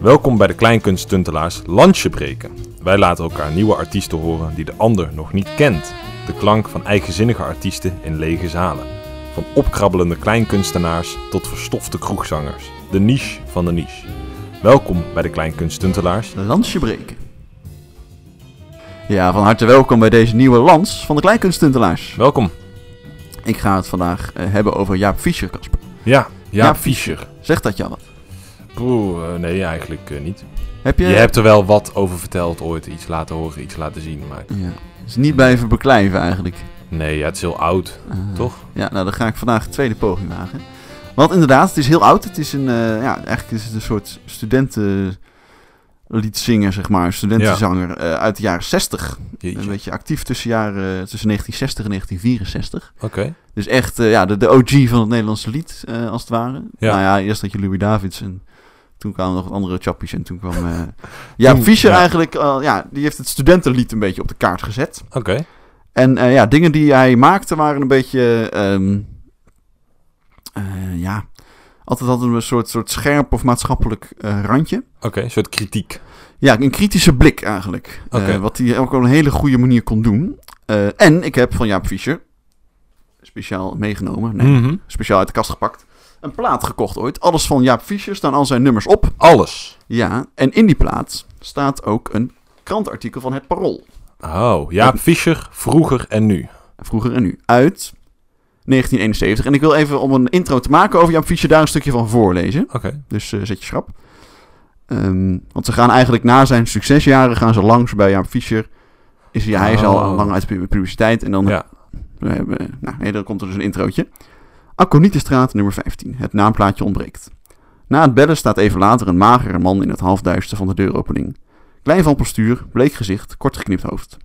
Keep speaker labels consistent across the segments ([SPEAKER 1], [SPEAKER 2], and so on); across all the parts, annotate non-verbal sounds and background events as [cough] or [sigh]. [SPEAKER 1] Welkom bij de Kleinkunsttuntelaars Lansje Breken. Wij laten elkaar nieuwe artiesten horen die de ander nog niet kent. De klank van eigenzinnige artiesten in lege zalen. Van opkrabbelende kleinkunstenaars tot verstofte kroegzangers. De niche van de niche. Welkom bij de Kleinkunsttuntelaars.
[SPEAKER 2] Lansje breken. Ja, van harte welkom bij deze nieuwe lans van de Kleinkunsttuntelaars.
[SPEAKER 1] Welkom.
[SPEAKER 2] Ik ga het vandaag eh, hebben over Jaap Fischer, Kasper.
[SPEAKER 1] Ja, Jaap,
[SPEAKER 2] Jaap
[SPEAKER 1] Fischer.
[SPEAKER 2] Zegt dat je al wat?
[SPEAKER 1] Poeh, eh, nee eigenlijk eh, niet.
[SPEAKER 2] Heb je...
[SPEAKER 1] Je hebt er wel wat over verteld ooit. Iets laten horen, iets laten zien. Maar
[SPEAKER 2] Ja. Is niet blijven beklijven eigenlijk.
[SPEAKER 1] nee, ja, het is heel oud.
[SPEAKER 2] Eh,
[SPEAKER 1] Toch?
[SPEAKER 2] Ja, nou dan ga ik vandaag een tweede poging wagen. Want inderdaad, het is heel oud. Het is een, eh, ja, eigenlijk is het een soort studentenliedzanger, zeg maar. Studentenzanger eh, uit de jaren 60. Een
[SPEAKER 1] Jeetje.
[SPEAKER 2] beetje actief tussen, jaren, tussen 1960 en 1964.
[SPEAKER 1] Oké.
[SPEAKER 2] Dus echt eh, ja, de, de OG van het Nederlandse lied, eh, als het ware.
[SPEAKER 1] Ja.
[SPEAKER 2] Nou ja, eerst had je Louis Davids en toen kwamen nog wat andere chappies. En toen kwam
[SPEAKER 1] [laughs]
[SPEAKER 2] eh Jaap Fischer
[SPEAKER 1] ja.
[SPEAKER 2] eigenlijk, eh, ja, die heeft het studentenlied een beetje op de kaart gezet.
[SPEAKER 1] Oké.
[SPEAKER 2] En eh, ja, dingen die hij maakte waren een beetje, ehm, eh, ja, altijd hadden we een soort, soort scherp of maatschappelijk eh, randje.
[SPEAKER 1] Oké, een soort kritiek.
[SPEAKER 2] Ja, een kritische blik eigenlijk.
[SPEAKER 1] Oké.
[SPEAKER 2] Eh, wat hij ook op een hele goede manier kon doen. Eh, en ik heb van Jaap Fischer, speciaal meegenomen, nee,
[SPEAKER 1] Mhm.
[SPEAKER 2] speciaal uit de kast gepakt. Een plaat gekocht ooit. Alles van Jaap Fischer staan al zijn nummers op.
[SPEAKER 1] Alles.
[SPEAKER 2] Ja, en in die plaat staat ook een krantartikel van Het Parool.
[SPEAKER 1] Oh, Jaap Fischer, vroeger en nu.
[SPEAKER 2] Vroeger en nu. Uit 1971. En ik wil even, om een intro te maken over Jaap Fischer, daar een stukje van voorlezen.
[SPEAKER 1] Oké.
[SPEAKER 2] Dus eh, zet je schrap. Ehm, want ze gaan eigenlijk na zijn succesjaren gaan ze langs bij Jaap Fischer. Is, hij- hij is al
[SPEAKER 1] Oh.
[SPEAKER 2] lang uit de publiciteit. En dan
[SPEAKER 1] Ja.
[SPEAKER 2] We hebben, nou, nee, dan komt er dus een introotje. Aconietenstraat nummer 15. Het naamplaatje ontbreekt. Na het bellen staat even later een magere man in het halfduister van de deuropening. Klein van postuur, bleek gezicht, kort geknipt hoofd.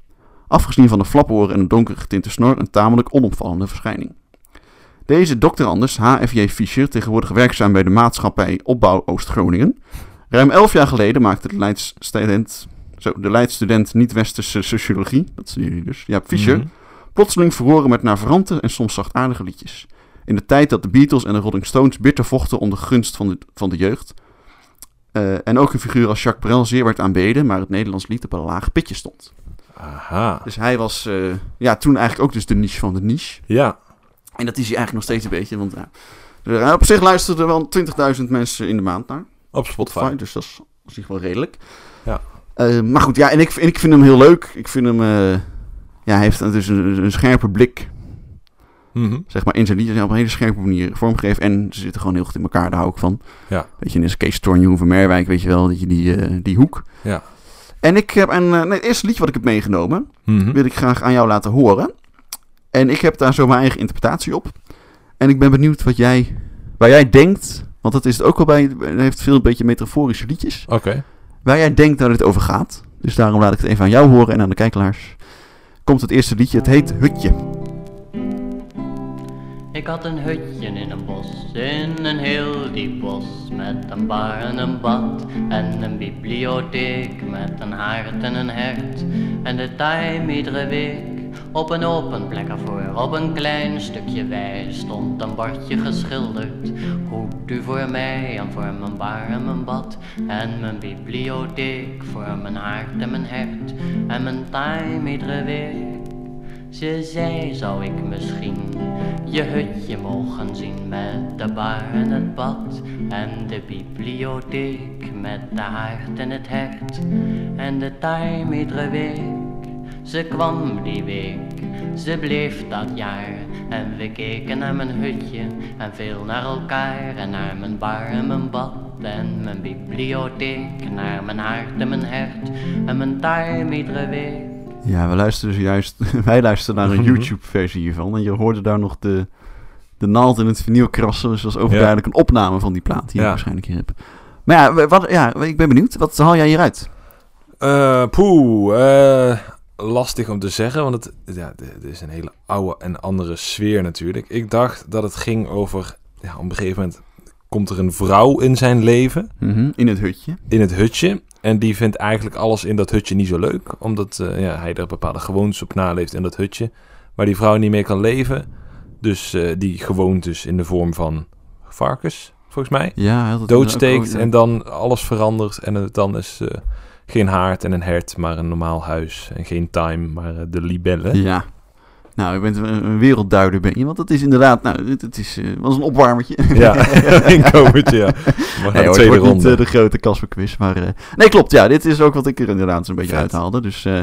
[SPEAKER 2] Afgezien van de flaporen en een donker getinte snor, een tamelijk onopvallende verschijning. Deze dokter Anders, HFJ Fischer, tegenwoordig werkzaam bij de maatschappij Opbouw Oost-Groningen. Ruim elf jaar geleden maakte de Leids-student, zo, de Leids-student niet-westerse sociologie, dat studeerde hij dus, ja, Fischer,
[SPEAKER 1] Mhm.
[SPEAKER 2] Plotseling verroren met naverante en soms zachtaardige liedjes. In de tijd dat de Beatles en de Rolling Stones bitter vochten om de gunst van de, van de jeugd. Eh, en ook een figuur als Jacques Brel zeer werd aanbeden, maar het Nederlands lied op een laag pitje stond.
[SPEAKER 1] Aha.
[SPEAKER 2] Dus hij was eh, ja, toen eigenlijk ook dus de niche van de niche.
[SPEAKER 1] Ja.
[SPEAKER 2] En dat is hij eigenlijk nog steeds een beetje, want ja, er- op zich luisterden wel 20.000 mensen in de maand naar.
[SPEAKER 1] Op Spotify.
[SPEAKER 2] Spotify, dus dat is op zich wel redelijk.
[SPEAKER 1] Ja.
[SPEAKER 2] Eh, maar goed, ja, en ik, en ik vind hem heel leuk. Ik vind hem, eh, ja, hij heeft dus een, een scherpe blik
[SPEAKER 1] Mhm.
[SPEAKER 2] zeg maar, in zijn liedjes op een hele scherpe manier vormgegeven. En ze zitten gewoon heel goed in elkaar, daar hou ik van.
[SPEAKER 1] Ja.
[SPEAKER 2] Weet je, in deze Kees Tornjoen van Merwijk, weet je wel, dat je die, eh, die hoek.
[SPEAKER 1] Ja.
[SPEAKER 2] En ik heb een, eh, nee, het eerste liedje wat ik heb meegenomen,
[SPEAKER 1] Mhm.
[SPEAKER 2] wil ik graag aan jou laten horen. En ik heb daar zo mijn eigen interpretatie op. En ik ben benieuwd wat jij, waar jij denkt, want dat is het ook wel bij, hij heeft veel een beetje metaforische liedjes,
[SPEAKER 1] Oké.
[SPEAKER 2] waar jij denkt dat het over gaat. Dus daarom laat ik het even aan jou horen en aan de kijkelaars. Komt het eerste liedje, het heet Hutje.
[SPEAKER 3] Ik had een hutje in een bos, in een heel diep bos, met een bar en een bad en een bibliotheek, met een haard en een hert en de tuin iedere week. Op een open plek ervoor, op een klein stukje wei, stond een bordje geschilderd. Hoekt u voor mij en voor mijn bar en mijn bad en mijn bibliotheek, voor mijn haard en mijn hert en mijn tuin iedere week. Ze zei, zou ik misschien je hutje mogen zien met de bar en het bad en de bibliotheek met de haard en het hert en de tuin iedere week. Ze kwam die week, ze bleef dat jaar en we keken naar mijn hutje en veel naar elkaar en naar mijn bar en mijn bad en mijn bibliotheek, naar mijn haard en mijn hert en mijn tuin iedere week.
[SPEAKER 2] Ja, we luisteren dus juist, [laughs] wij luisteren naar een
[SPEAKER 1] Mhm.
[SPEAKER 2] YouTube-versie hiervan. En je hoorde daar nog de, de naald in het vinyl krassen. Dus dat is overduidelijk een opname van die plaat die
[SPEAKER 1] Ja.
[SPEAKER 2] ik waarschijnlijk hier heb. Maar ja, we- wat, ja, ik ben benieuwd. Wat haal jij hieruit?
[SPEAKER 1] Eh, poeh. eh, lastig om te zeggen, want het, ja, d- het is een hele oude en andere sfeer natuurlijk. Ik dacht dat het ging over... Ja, op een gegeven moment komt er een vrouw in zijn leven,
[SPEAKER 2] In het hutje.
[SPEAKER 1] in het hutje. En die vindt eigenlijk alles in dat hutje niet zo leuk. Omdat eh, ja, hij er bepaalde gewoontes op naleeft in dat hutje. Waar die vrouw niet mee kan leven. Dus eh, die gewoontes in de vorm van varkens, volgens mij.
[SPEAKER 2] Ja, hij had het inderdaad
[SPEAKER 1] Doodsteekt
[SPEAKER 2] ook-
[SPEAKER 1] en dan alles verandert. En het dan is eh, geen haard en een hert, maar een normaal huis. En geen time, maar eh, de libellen.
[SPEAKER 2] Ja. Nou, je bent een een wereldduider, ben je. Want dat is inderdaad... Nou, het, het is, eh, was een opwarmertje.
[SPEAKER 1] Ja, [laughs] een inkomertje, ja. Maar de
[SPEAKER 2] Nee, hoor, het
[SPEAKER 1] tweede
[SPEAKER 2] wordt niet
[SPEAKER 1] ronde.
[SPEAKER 2] eh, de grote Casper quiz, maar... eh, nee, klopt, ja. Dit is ook wat ik er inderdaad een beetje
[SPEAKER 1] Vet.
[SPEAKER 2] uithaalde. Dus, eh,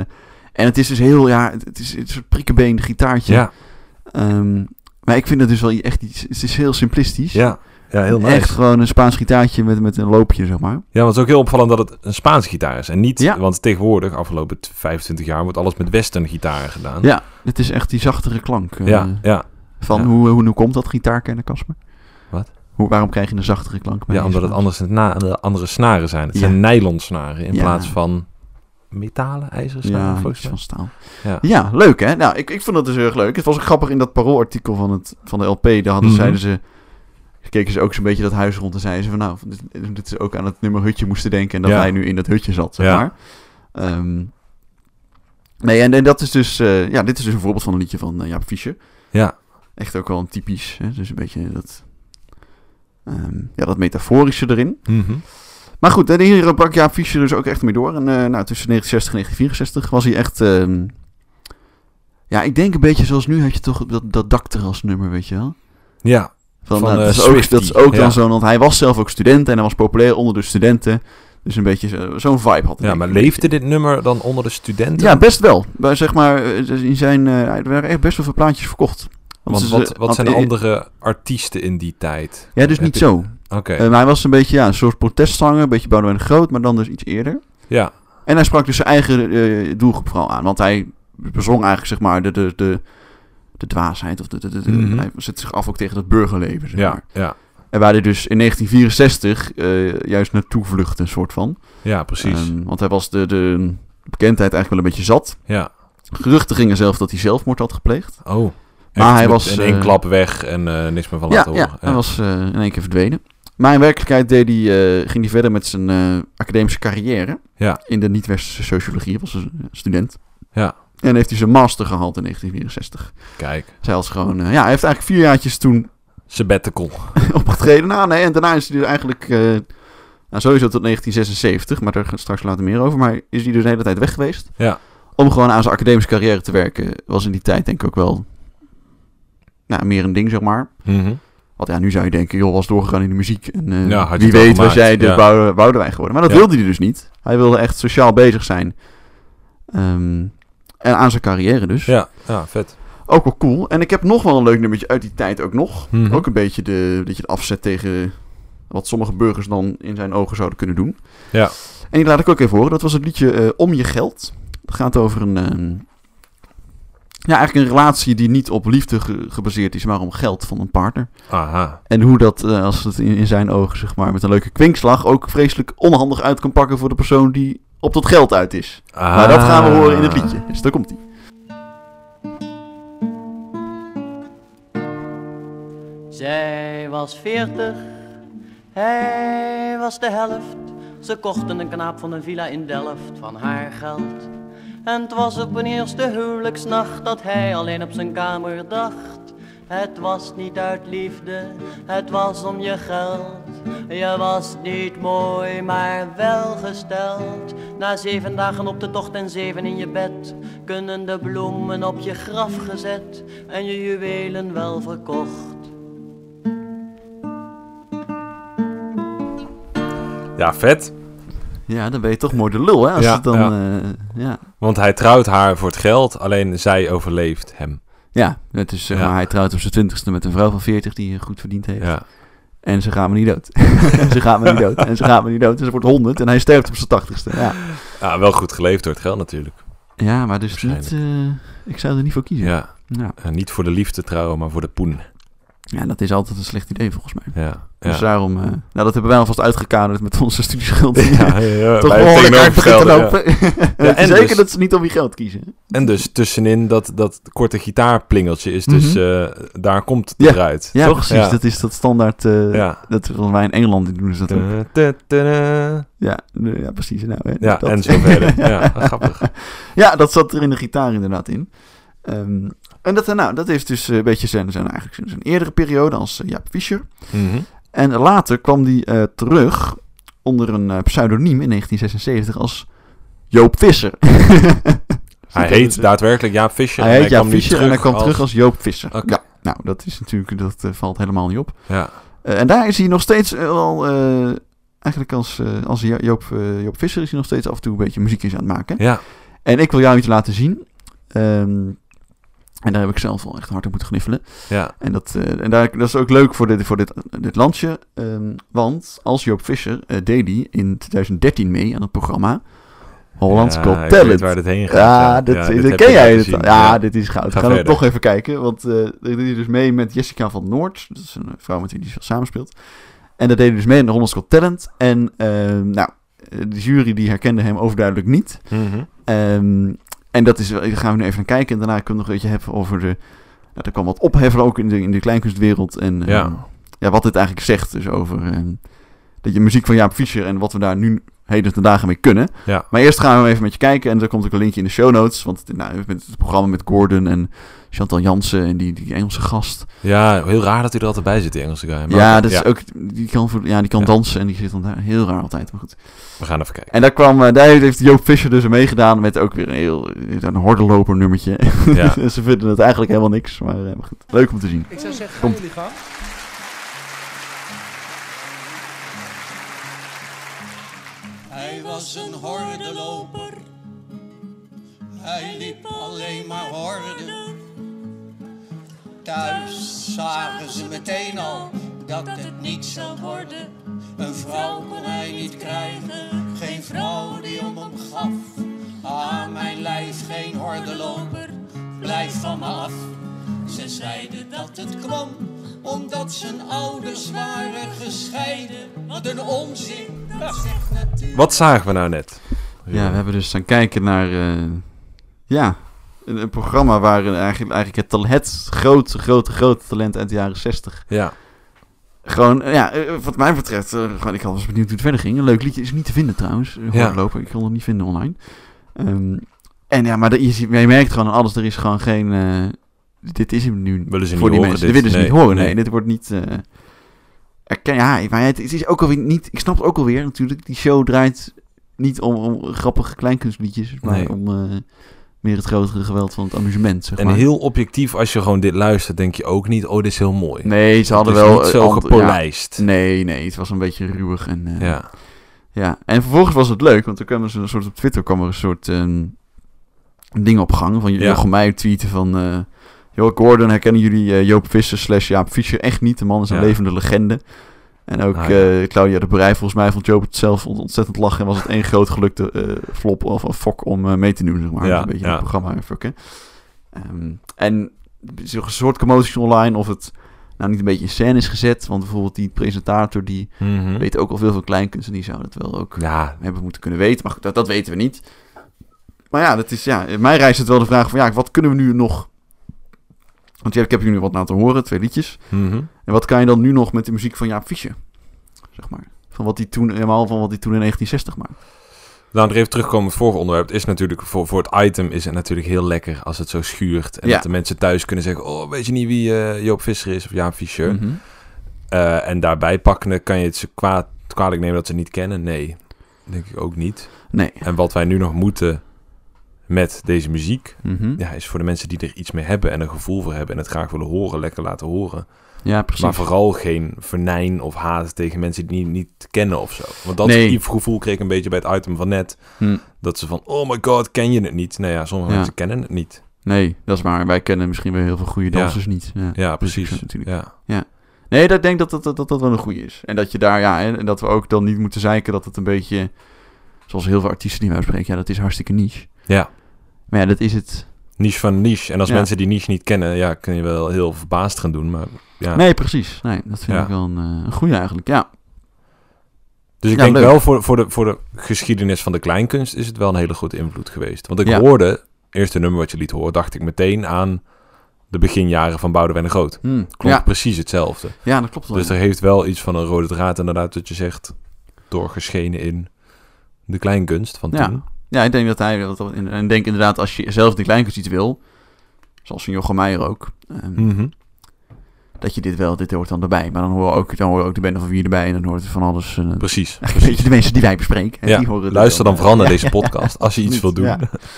[SPEAKER 2] en het is dus heel, ja... Het, het is, het is een prikkenbeen gitaartje.
[SPEAKER 1] ja,
[SPEAKER 2] Ehm, maar ik vind het dus wel echt iets... Het is heel simplistisch.
[SPEAKER 1] ja, ja, heel nice.
[SPEAKER 2] Echt gewoon een Spaans gitaartje met, met een loopje, zeg maar.
[SPEAKER 1] Ja, want het is ook heel opvallend dat het een Spaanse gitaar is. En niet,
[SPEAKER 2] Ja.
[SPEAKER 1] want tegenwoordig, afgelopen t- 25 jaar, wordt alles met western gitaren gedaan.
[SPEAKER 2] Ja. Het is echt die zachtere klank. eh,
[SPEAKER 1] ja, ja,
[SPEAKER 2] Van
[SPEAKER 1] Ja.
[SPEAKER 2] hoe, hoe, hoe komt dat gitaarkennen, Casper?
[SPEAKER 1] Wat?
[SPEAKER 2] Hoe, waarom krijg je een zachtere klank? bij
[SPEAKER 1] ja
[SPEAKER 2] die
[SPEAKER 1] omdat het
[SPEAKER 2] Spaans?
[SPEAKER 1] anders na, de andere snaren zijn. Het
[SPEAKER 2] Ja.
[SPEAKER 1] zijn nylon snaren in
[SPEAKER 2] Ja.
[SPEAKER 1] plaats van metalen, ijzeren snaren,
[SPEAKER 2] Ja,
[SPEAKER 1] volgens
[SPEAKER 2] iets van
[SPEAKER 1] mij.
[SPEAKER 2] staal.
[SPEAKER 1] Ja.
[SPEAKER 2] Ja. leuk hè? Nou, ik, ik vond dat dus heel erg leuk. Het was ook grappig in dat paroolartikel van, het, van de LP. Daar hadden,
[SPEAKER 1] Mhm.
[SPEAKER 2] zeiden ze, keken ze ook zo'n beetje dat huis rond en zeiden ze van nou, dit, dit is ook aan het nummer hutje moesten denken en dat
[SPEAKER 1] Ja.
[SPEAKER 2] hij nu in dat hutje zat, zeg
[SPEAKER 1] Ja.
[SPEAKER 2] maar. Ehm, nee, en, en dat is dus, eh, ja, dit is dus een voorbeeld van een liedje van eh, Jaap Fischer.
[SPEAKER 1] Ja,
[SPEAKER 2] Echt ook wel een typisch, hè? dus een beetje dat, ehm, ja, dat metaforische erin.
[SPEAKER 1] Mhm.
[SPEAKER 2] Maar goed, en hier brak Jaap Fischer dus ook echt mee door. En eh, nou, tussen 1960 en 1964 was hij echt... ehm, ja, ik denk een beetje zoals nu had je toch dat, dat dakterrasnummer, weet je wel?
[SPEAKER 1] ja,
[SPEAKER 2] Van,
[SPEAKER 1] Van,
[SPEAKER 2] nou,
[SPEAKER 1] eh,
[SPEAKER 2] dat, is ook,
[SPEAKER 1] Swiftie,
[SPEAKER 2] dat is ook
[SPEAKER 1] ja.
[SPEAKER 2] dan zo, want hij was zelf ook student en hij was populair onder de studenten. Dus een beetje zo- zo'n vibe had hij.
[SPEAKER 1] ja,
[SPEAKER 2] denk
[SPEAKER 1] maar
[SPEAKER 2] ik.
[SPEAKER 1] leefde dit nummer dan onder de studenten?
[SPEAKER 2] Ja, best wel. Maar zeg maar, eh, dus in zijn, eh, er werden echt best wel veel plaatjes verkocht.
[SPEAKER 1] Want
[SPEAKER 2] ze-
[SPEAKER 1] wat, wat
[SPEAKER 2] had-
[SPEAKER 1] zijn
[SPEAKER 2] eh,
[SPEAKER 1] de andere artiesten in die tijd?
[SPEAKER 2] Ja, dus
[SPEAKER 1] Heb
[SPEAKER 2] niet
[SPEAKER 1] je-
[SPEAKER 2] zo.
[SPEAKER 1] Oké,
[SPEAKER 2] Eh, maar hij was een beetje ja, een soort protestzanger, een beetje Boudewijn de Groot, maar dan dus iets eerder.
[SPEAKER 1] ja.
[SPEAKER 2] En hij sprak dus zijn eigen eh, doelgroep vooral aan. Want hij bezong eigenlijk zeg maar de, de, de, de dwaasheid. Of de, de, de- de-
[SPEAKER 1] Mhm.
[SPEAKER 2] Hij zet zich af ook tegen dat burgerleven. Zeg
[SPEAKER 1] Ja,
[SPEAKER 2] maar.
[SPEAKER 1] ja,
[SPEAKER 2] En waar hij dus in 1964 eh, juist naartoe vluchtte, een soort van.
[SPEAKER 1] ja, precies.
[SPEAKER 2] Ehm, want hij was de, de bekendheid eigenlijk wel een beetje zat.
[SPEAKER 1] ja.
[SPEAKER 2] Geruchten gingen zelf dat hij zelfmoord had gepleegd.
[SPEAKER 1] Oh.
[SPEAKER 2] Maar
[SPEAKER 1] Echt
[SPEAKER 2] hij
[SPEAKER 1] met
[SPEAKER 2] was,
[SPEAKER 1] In één
[SPEAKER 2] eh,
[SPEAKER 1] klap weg en eh, niks meer van
[SPEAKER 2] Ja,
[SPEAKER 1] laten horen.
[SPEAKER 2] ja, hij was eh, in één keer verdwenen. Maar in werkelijkheid deed hij, eh, ging hij verder met zijn eh, academische carrière.
[SPEAKER 1] Ja.
[SPEAKER 2] In de niet-westerse sociologie, hij was een eh, student.
[SPEAKER 1] Ja.
[SPEAKER 2] En heeft hij zijn master gehaald in 1964.
[SPEAKER 1] Kijk,
[SPEAKER 2] Zij was gewoon, eh, ja, hij heeft eigenlijk vier jaartjes toen [laughs]
[SPEAKER 1] sabbatical.
[SPEAKER 2] opgetreden. Nou, nee, en daarna is hij dus eigenlijk, eh, nou, sowieso tot 1976, maar daar gaan we straks later meer over. Maar is hij dus de hele tijd weg geweest.
[SPEAKER 1] Ja.
[SPEAKER 2] Om gewoon aan zijn academische carrière te werken, was in die tijd denk ik ook wel, nou, meer een ding, zeg maar.
[SPEAKER 1] Mhm.
[SPEAKER 2] Want ja, nu zou je denken, joh, was doorgegaan in de muziek. En eh,
[SPEAKER 1] Ja, had je
[SPEAKER 2] wie
[SPEAKER 1] het al
[SPEAKER 2] weet was
[SPEAKER 1] gemaakt,
[SPEAKER 2] jij de
[SPEAKER 1] ja.
[SPEAKER 2] Boude- Boudewijn geworden. Maar dat
[SPEAKER 1] Ja.
[SPEAKER 2] wilde hij dus niet. Hij wilde echt sociaal bezig zijn. Ehm, en aan zijn carrière dus.
[SPEAKER 1] Ja, ja, vet.
[SPEAKER 2] Ook wel cool. En ik heb nog wel een leuk nummertje uit die tijd ook nog.
[SPEAKER 1] Mhm.
[SPEAKER 2] Ook een beetje de, dat je het afzet tegen wat sommige burgers dan in zijn ogen zouden kunnen doen.
[SPEAKER 1] Ja.
[SPEAKER 2] En die laat ik ook even horen. Dat was het liedje eh, Om Je Geld. Dat gaat over een... ehm, ja, eigenlijk een relatie die niet op liefde ge- gebaseerd is, maar om geld van een partner.
[SPEAKER 1] Aha.
[SPEAKER 2] En hoe dat, eh, als het in, in zijn ogen, zeg maar, met een leuke kwinkslag ook vreselijk onhandig uit kan pakken voor de persoon die op dat geld uit is. Maar Nou, dat gaan we horen in het liedje. Dus daar komt ie.
[SPEAKER 3] Zij was veertig, hij was de helft. Ze kochten een knaap van een villa in Delft van haar geld. En het was op een eerste huwelijksnacht dat hij alleen op zijn kamer dacht. Het was niet uit liefde, het was om je geld. Je was niet mooi, maar welgesteld. Na zeven dagen op de tocht en zeven in je bed, kunnen de bloemen op je graf gezet en je juwelen wel verkocht.
[SPEAKER 1] Ja, vet.
[SPEAKER 2] Ja, dan ben je toch mooi de lul, hè? Als
[SPEAKER 1] Ja,
[SPEAKER 2] het dan,
[SPEAKER 1] ja.
[SPEAKER 2] eh, ja.
[SPEAKER 1] Want hij trouwt haar voor het geld, alleen zij overleeft hem.
[SPEAKER 2] ja, het is zeg
[SPEAKER 1] Ja.
[SPEAKER 2] maar, hij trouwt op zijn twintigste met een vrouw van veertig die eh, goed verdiend heeft.
[SPEAKER 1] Ja.
[SPEAKER 2] En ze gaan me niet dood. [laughs] En ze gaan me niet dood. En ze gaan me niet dood. En ze wordt honderd en hij sterft op zijn tachtigste. Ja.
[SPEAKER 1] ja, wel goed geleefd door het geld natuurlijk.
[SPEAKER 2] ja, maar dus niet, eh, ik zou er niet voor kiezen.
[SPEAKER 1] Ja.
[SPEAKER 2] Ja.
[SPEAKER 1] En niet voor de liefde trouwen, maar voor de poen.
[SPEAKER 2] Ja, dat is altijd een slecht idee volgens mij.
[SPEAKER 1] Ja. [laughs]
[SPEAKER 2] Dus
[SPEAKER 1] Ja.
[SPEAKER 2] daarom, eh, nou dat hebben wij alvast uitgekaderd met onze [laughs] studieschuld.
[SPEAKER 1] Ja, ja,
[SPEAKER 2] eh, Toch
[SPEAKER 1] Eh, wij
[SPEAKER 2] behoorlijk
[SPEAKER 1] tegenover
[SPEAKER 2] hard begint te
[SPEAKER 1] geld, ja.
[SPEAKER 2] lopen. [laughs]
[SPEAKER 1] Ja, en
[SPEAKER 2] Zeker
[SPEAKER 1] dus-
[SPEAKER 2] dat ze niet om je geld kiezen.
[SPEAKER 1] En dus tussenin dat, dat korte gitaarplingeltje is dus, eh, daar komt het
[SPEAKER 2] Mhm. Ja.
[SPEAKER 1] eruit.
[SPEAKER 2] Ja,
[SPEAKER 1] toch?
[SPEAKER 2] precies. Dat is dat standaard, eh,
[SPEAKER 1] Ja.
[SPEAKER 2] dat wat wij in Engeland doen. Is dat ook.
[SPEAKER 1] Ta- ta- ta-
[SPEAKER 2] Ja, eh, ja, precies. Nou, hè,
[SPEAKER 1] Ja,
[SPEAKER 2] dat.
[SPEAKER 1] en zo
[SPEAKER 2] [laughs]
[SPEAKER 1] verder. Ja, grappig.
[SPEAKER 2] Ja, dat zat er in de gitaar inderdaad in. Ehm, en dat, eh, nou, dat is dus eh, een beetje zijn, zijn, eigenlijk zijn, zijn eerdere periode als eh, Jaap Fischer.
[SPEAKER 1] Mhm.
[SPEAKER 2] En later kwam hij eh, terug onder een eh, pseudoniem in 1976 als Joop Visser.
[SPEAKER 1] [laughs] Hij
[SPEAKER 2] [laughs]
[SPEAKER 1] heet daadwerkelijk Jaap Fischer.
[SPEAKER 2] Hij heet Jaap
[SPEAKER 1] kwam nu
[SPEAKER 2] Fischer en hij kwam terug als Joop Visser.
[SPEAKER 1] Oké.
[SPEAKER 2] Ja, nou, dat is natuurlijk, dat eh, valt helemaal niet op.
[SPEAKER 1] Ja,
[SPEAKER 2] Eh, en daar is hij nog steeds eh, wel, eh, eigenlijk als, eh, als Jo- Joop, eh, Joop Visser is hij nog steeds af en toe een beetje muziekjes aan het maken.
[SPEAKER 1] ja.
[SPEAKER 2] En ik wil jou iets laten zien. Ehm, en daar heb ik zelf wel echt hard op moeten gniffelen.
[SPEAKER 1] ja.
[SPEAKER 2] En, dat, eh, en daar, dat is ook leuk voor dit, voor dit, dit landje. ehm, want als Joop Visser eh, deed hij in 2013 mee aan het programma Hollands
[SPEAKER 1] Ja,
[SPEAKER 2] Got
[SPEAKER 1] ik weet
[SPEAKER 2] Talent.
[SPEAKER 1] waar dit heen gaat.
[SPEAKER 2] Ja, dit, dit
[SPEAKER 1] heb
[SPEAKER 2] ken
[SPEAKER 1] je
[SPEAKER 2] jij.
[SPEAKER 1] laten
[SPEAKER 2] Dit,
[SPEAKER 1] zien.
[SPEAKER 2] ja, dit is goud.
[SPEAKER 1] Ga
[SPEAKER 2] Ga Gaan we
[SPEAKER 1] verder.
[SPEAKER 2] toch even kijken. Want eh daar deed hij dus mee met Jessica van Noord. Dat is een vrouw met wie hij veel samenspeelt. En dat deed hij dus mee in de Hollands Got Talent. En ehm, nou, de jury die herkende hem overduidelijk niet.
[SPEAKER 1] Mhm.
[SPEAKER 2] Ehm, en dat is, daar gaan we nu even naar kijken. En daarna kunnen we nog een beetje hebben over de... Nou, er kwam wat opheffen ook in de, in de kleinkunstwereld. En eh,
[SPEAKER 1] Ja.
[SPEAKER 2] ja, wat dit eigenlijk zegt dus over... ehm, dat je muziek van Jaap Fischer en wat we daar nu heden ten dagen mee kunnen.
[SPEAKER 1] Ja.
[SPEAKER 2] Maar eerst gaan we even met je kijken. En er komt ook een linkje in de show notes. Want nou, met het programma met Gordon en Chantal Jansen en die, die Engelse gast.
[SPEAKER 1] ja, heel raar dat hij er altijd bij zit, die Engelse guy. Maar
[SPEAKER 2] ja,
[SPEAKER 1] oké,
[SPEAKER 2] dat is ook, die kan, voor- ja, die kan
[SPEAKER 1] Ja.
[SPEAKER 2] dansen en die zit dan daar heel raar altijd. Maar goed.
[SPEAKER 1] We gaan even kijken.
[SPEAKER 2] En daar, kwam, eh, daar heeft Joop Fischer dus aan meegedaan met ook weer een heel een hordeloper nummertje.
[SPEAKER 1] Ja.
[SPEAKER 2] [laughs] Ze vinden het eigenlijk helemaal niks, maar, eh, maar goed, leuk om te zien.
[SPEAKER 4] Ik zou zeggen, gaan
[SPEAKER 2] Komt.
[SPEAKER 4] jullie gang.
[SPEAKER 5] Hij was een hordeloper. Hij liep alleen maar horden. Thuis zagen ze meteen al dat het niet zou worden. Een vrouw kon hij niet krijgen, geen vrouw die om hem gaf. Aan mijn lijf geen hordeloper, blijf van me af. Ze zeiden dat het kwam omdat zijn ouders waren gescheiden. Wat een onzin, dat zegt natuurlijk.
[SPEAKER 1] Wat zagen we nou net?
[SPEAKER 2] Ja, we hebben dus gaan kijken naar eh, ja, een, een programma waar eh, eigenlijk, eigenlijk het, tal- het grote, grote, grote talent uit de jaren 60.
[SPEAKER 1] Ja,
[SPEAKER 2] Gewoon, eh, ja, eh, wat mij betreft, eh, gewoon, ik was benieuwd hoe het verder ging. Een leuk liedje is niet te vinden trouwens, eh,
[SPEAKER 1] Ja.
[SPEAKER 2] hordeloper, ik kon het niet vinden online. Ehm, en ja, maar dat- je, ziet- je merkt gewoon aan alles, er is gewoon geen... eh, dit is hem nu
[SPEAKER 1] willen ze niet
[SPEAKER 2] voor die
[SPEAKER 1] horen.
[SPEAKER 2] mensen.
[SPEAKER 1] dit.
[SPEAKER 2] willen ze
[SPEAKER 1] Nee,
[SPEAKER 2] niet horen. Nee,
[SPEAKER 1] nee.
[SPEAKER 2] dit wordt niet. eh erken, ja, maar het, het is ook alweer niet. Ik snap het ook alweer natuurlijk. Die show draait niet om, om grappige kleinkunstliedjes, maar
[SPEAKER 1] Nee.
[SPEAKER 2] om eh, meer het grotere geweld van het amusement. Zeg
[SPEAKER 1] En
[SPEAKER 2] maar.
[SPEAKER 1] heel objectief, als je gewoon dit luistert, denk je ook niet, oh, dit is heel mooi.
[SPEAKER 2] nee, ze hadden
[SPEAKER 1] Het is
[SPEAKER 2] wel
[SPEAKER 1] niet
[SPEAKER 2] eh,
[SPEAKER 1] zo
[SPEAKER 2] ander-
[SPEAKER 1] gepolijst.
[SPEAKER 2] ja, nee, nee, het was een beetje ruwig en. eh,
[SPEAKER 1] Ja.
[SPEAKER 2] Ja, en vervolgens was het leuk, want toen kwam er zo'n soort op Twitter kwam er een soort ehm, ding op gang van
[SPEAKER 1] Ja.
[SPEAKER 2] Jochem Meijer tweeten van... eh Joh, Gordon, herkennen jullie eh, Joop Visser slash Jaap Fischer echt niet? De man is een
[SPEAKER 1] Ja.
[SPEAKER 2] levende legende. En ook
[SPEAKER 1] Ah, ja.
[SPEAKER 2] eh, Claudia de Brij, volgens mij vond Joop het zelf ont- ontzettend lachen... en was het één groot gelukte eh, flop of een fok om eh, mee te doen, zeg maar.
[SPEAKER 1] Ja,
[SPEAKER 2] Dat is een beetje
[SPEAKER 1] ja.
[SPEAKER 2] het programma fucken. Ehm, en er is een soort commotie online of het nou niet een beetje in scène is gezet... want bijvoorbeeld die presentator die
[SPEAKER 1] Mhm.
[SPEAKER 2] weet ook al veel van kleinkunst... en die zou dat wel ook
[SPEAKER 1] Ja,
[SPEAKER 2] hebben moeten kunnen weten. Maar goed, dat, dat weten we niet. Maar ja, dat is, ja, in mij rijst het wel de vraag van ja, wat kunnen we nu nog? Want ja, ik heb jullie wat laten horen, twee liedjes.
[SPEAKER 1] mhm.
[SPEAKER 2] En wat kan je dan nu nog met de muziek van Jaap Fischer? Zeg maar. Van wat hij toen, helemaal van wat hij toen in 1960 maakte.
[SPEAKER 1] Nou, er even terugkomen op het vorige onderwerp. Het is natuurlijk voor, voor het item is het natuurlijk heel lekker als het zo schuurt. En
[SPEAKER 2] Ja.
[SPEAKER 1] dat de mensen thuis kunnen zeggen: Oh, weet je niet wie eh, Joop Visser is of Jaap Fischer?
[SPEAKER 2] Mhm.
[SPEAKER 1] Eh, en daarbij pakkende kan je het ze kwa- kwalijk nemen dat ze het niet kennen. Nee, denk ik ook niet.
[SPEAKER 2] Nee.
[SPEAKER 1] En wat wij nu nog moeten met deze muziek,
[SPEAKER 2] Mhm. Ja.
[SPEAKER 1] ja, is voor de mensen die er iets mee hebben en een gevoel voor hebben en het graag willen horen, lekker laten horen.
[SPEAKER 2] precies.
[SPEAKER 1] Maar vooral geen vernijn of haat tegen mensen die niet, niet kennen of zo. Want dat
[SPEAKER 2] Nee.
[SPEAKER 1] i- gevoel kreeg ik een beetje bij het item van net.
[SPEAKER 2] Hm.
[SPEAKER 1] Dat ze van, oh my god, ken je het niet? Nou ja, sommige
[SPEAKER 2] Ja.
[SPEAKER 1] mensen kennen het niet.
[SPEAKER 2] Nee, dat is waar. Wij kennen misschien weer heel veel goede
[SPEAKER 1] Ja.
[SPEAKER 2] dansers niet. Ja.
[SPEAKER 1] Ja,
[SPEAKER 2] Dus ik
[SPEAKER 1] precies.
[SPEAKER 2] vind natuurlijk.
[SPEAKER 1] Ja.
[SPEAKER 2] Nee, dat ik denk dat dat, dat, dat dat wel een goede is. En dat je daar, ja, en en dat we ook dan niet moeten zeiken dat het een beetje, zoals heel veel artiesten die wij spreken, ja, dat is hartstikke niche.
[SPEAKER 1] Ja.
[SPEAKER 2] Maar ja, dat is het.
[SPEAKER 1] Niche van niche. En als
[SPEAKER 2] Ja.
[SPEAKER 1] mensen die niche niet kennen, ja, kun je wel heel verbaasd gaan doen. Maar ja.
[SPEAKER 2] Nee, precies. Nee, dat vind
[SPEAKER 1] Ja.
[SPEAKER 2] ik wel een, eh, een goede eigenlijk. Ja,
[SPEAKER 1] Dus ik
[SPEAKER 2] Ja,
[SPEAKER 1] denk
[SPEAKER 2] leuk.
[SPEAKER 1] wel voor, voor, de, voor de geschiedenis van de kleinkunst is het wel een hele grote invloed geweest. Want ik
[SPEAKER 2] Ja.
[SPEAKER 1] hoorde, eerste nummer wat je liet horen, dacht ik meteen aan de beginjaren van Boudewijn de Groot.
[SPEAKER 2] Hm.
[SPEAKER 1] Klopt
[SPEAKER 2] ja.
[SPEAKER 1] precies hetzelfde.
[SPEAKER 2] ja dat klopt wel.
[SPEAKER 1] Dus er heeft wel iets van een rode draad inderdaad, dat je zegt, doorgeschenen in de kleinkunst van
[SPEAKER 2] Ja.
[SPEAKER 1] toen.
[SPEAKER 2] Ja, ik denk dat hij, dat, dat- en ik denk inderdaad
[SPEAKER 1] Hmm.
[SPEAKER 2] als je zelf de kleinkunst iets wil, zoals een Jochem Meijer ook, ehm,
[SPEAKER 1] Mhm.
[SPEAKER 2] dat je dit wel, dit hoort dan erbij. Maar dan hoor je ook, dan hoor je ook de bende van wie erbij en dan hoort het van alles. En,
[SPEAKER 1] Precies.
[SPEAKER 2] Eigenlijk een beetje de mensen die wij bespreken. hè,
[SPEAKER 1] Ja,
[SPEAKER 2] die horen er
[SPEAKER 1] Luister dan
[SPEAKER 2] bij.
[SPEAKER 1] vooral naar
[SPEAKER 2] Ja,
[SPEAKER 1] deze
[SPEAKER 2] ja,
[SPEAKER 1] podcast als je iets wil
[SPEAKER 2] absoluut,
[SPEAKER 1] doen.
[SPEAKER 2] Ja, [laughs]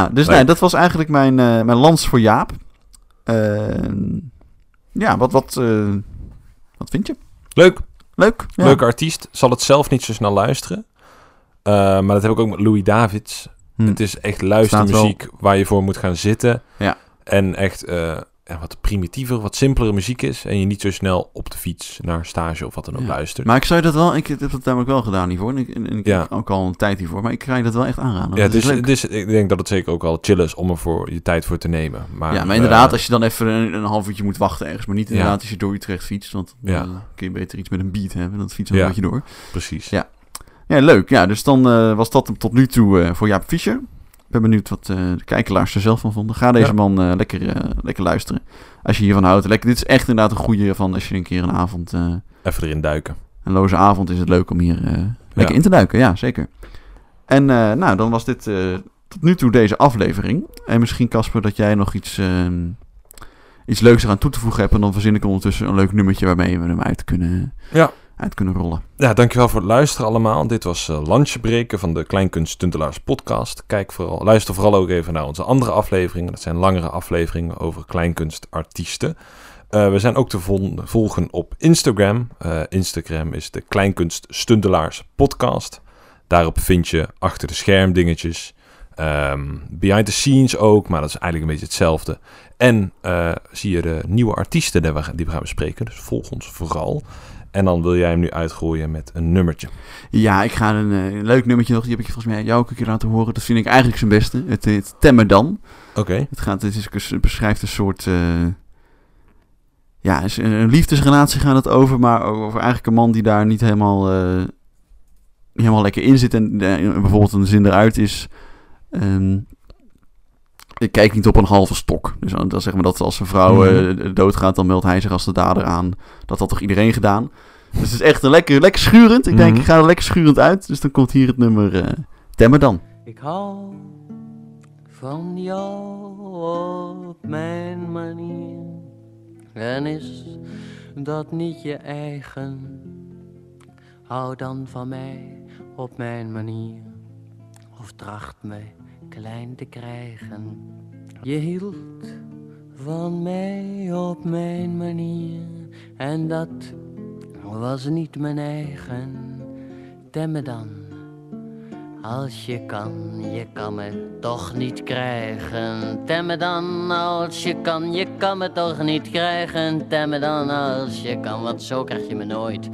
[SPEAKER 2] Ja, dus
[SPEAKER 1] Nee.
[SPEAKER 2] nee, dat was eigenlijk mijn, eh, mijn lans voor Jaap. Ehm, ja, wat, wat, eh, wat vind je?
[SPEAKER 1] Leuk,
[SPEAKER 2] Leuk. Ja.
[SPEAKER 1] leuke artiest. Zal het zelf niet zo snel luisteren. Eh, maar dat heb ik ook met Louis Davids.
[SPEAKER 2] Hm.
[SPEAKER 1] Het is echt
[SPEAKER 2] Staat wel.
[SPEAKER 1] luistermuziek waar je voor moet gaan zitten.
[SPEAKER 2] Ja.
[SPEAKER 1] En echt eh, ja, wat primitiever, wat simpelere muziek is. En je niet zo snel op de fiets naar stage of wat dan ook
[SPEAKER 2] Ja.
[SPEAKER 1] luistert.
[SPEAKER 2] Maar ik zou dat wel, ik heb dat namelijk wel gedaan hiervoor. En ik, en ik
[SPEAKER 1] Ja.
[SPEAKER 2] heb ook al een tijd hiervoor, maar ik krijg dat wel echt aanraden.
[SPEAKER 1] ja,
[SPEAKER 2] dat
[SPEAKER 1] het
[SPEAKER 2] is
[SPEAKER 1] is,
[SPEAKER 2] leuk.
[SPEAKER 1] het is, ik denk dat het zeker ook wel chill is om er voor je tijd voor te nemen. Maar,
[SPEAKER 2] ja, maar inderdaad,
[SPEAKER 1] eh,
[SPEAKER 2] als je dan even een, een half uurtje moet wachten ergens. Maar niet
[SPEAKER 1] Ja.
[SPEAKER 2] inderdaad als je door Utrecht fietst, want dan
[SPEAKER 1] Ja.
[SPEAKER 2] eh, kun je beter iets met een beat hebben. Dan fietsen we
[SPEAKER 1] Ja.
[SPEAKER 2] een beetje door.
[SPEAKER 1] precies.
[SPEAKER 2] Ja. Ja, leuk. Ja, dus dan eh, was dat hem tot nu toe eh, voor Jaap Fischer. Ik ben benieuwd wat eh, de kijkelaars er zelf van vonden. Ga deze
[SPEAKER 1] Ja.
[SPEAKER 2] man eh, lekker, eh, lekker luisteren. Als je hiervan houdt. Lekker, dit is echt inderdaad een goede van als je een keer een avond, eh,
[SPEAKER 1] Even erin duiken.
[SPEAKER 2] een loze avond, is het leuk om hier eh, lekker
[SPEAKER 1] Ja.
[SPEAKER 2] in te duiken. Ja, zeker. En eh, nou, dan was dit eh, tot nu toe deze aflevering. En misschien Casper dat jij nog iets, ehm, iets leuks eraan toe te voegen hebt. En dan verzin ik ondertussen een leuk nummertje waarmee we hem uit kunnen,
[SPEAKER 1] Ja.
[SPEAKER 2] uit kunnen rollen.
[SPEAKER 1] Ja, dankjewel voor het luisteren allemaal. Dit was eh Lunchbreken van de Kleinkunsttuntelaars podcast. Kijk vooral, luister vooral ook even naar onze andere afleveringen. Dat zijn langere afleveringen over kleinkunstartiesten. Eh, we zijn ook te vol- volgen op Instagram. Eh, Instagram is de Kleinkunststuntelaars podcast. Daarop vind je achter de scherm dingetjes. Ehm, behind the scenes ook, maar dat is eigenlijk een beetje hetzelfde. En eh, zie je de nieuwe artiesten die we, gaan- die we gaan bespreken. Dus volg ons vooral. En dan wil jij hem nu uitgooien met een nummertje.
[SPEAKER 2] Ja, ik ga een, eh, een leuk nummertje nog. Die heb ik volgens mij jou ook een keer laten horen. Dat vind ik eigenlijk zijn beste. Het heet Temmerdan.
[SPEAKER 1] Oké.
[SPEAKER 2] Het, gaat, het, is, het beschrijft een soort... eh, ja, is een, een liefdesrelatie gaat het over. Maar over eigenlijk een man die daar niet helemaal, eh, niet helemaal lekker in zit. En eh, bijvoorbeeld een zin eruit is... ehm, ik kijk niet op een halve stok. Dus dan dan zeg maar dat als een vrouw
[SPEAKER 1] Mhm.
[SPEAKER 2] eh, doodgaat, dan meldt hij zich als de dader aan. Dat had toch iedereen gedaan? Dus het is echt een lekker, lekker schurend. Ik denk,
[SPEAKER 1] Mhm.
[SPEAKER 2] ik ga er lekker schurend uit. Dus dan komt hier het nummer eh Temmer dan.
[SPEAKER 3] Ik hou van jou op mijn manier. En is dat niet je eigen? Hou dan van mij op mijn manier. Of tracht me klein te krijgen. Je hield van mij op mijn manier. En dat was niet mijn eigen. Temme dan. Als je kan, je kan me toch niet krijgen. Temme dan als je kan, je kan me toch niet krijgen. Temme dan als je kan, want zo krijg je me nooit.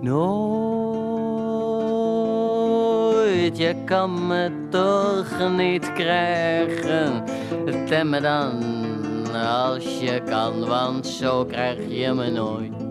[SPEAKER 3] Nooit, je kan me toch niet krijgen. Temme dan als je kan, want zo krijg je me nooit.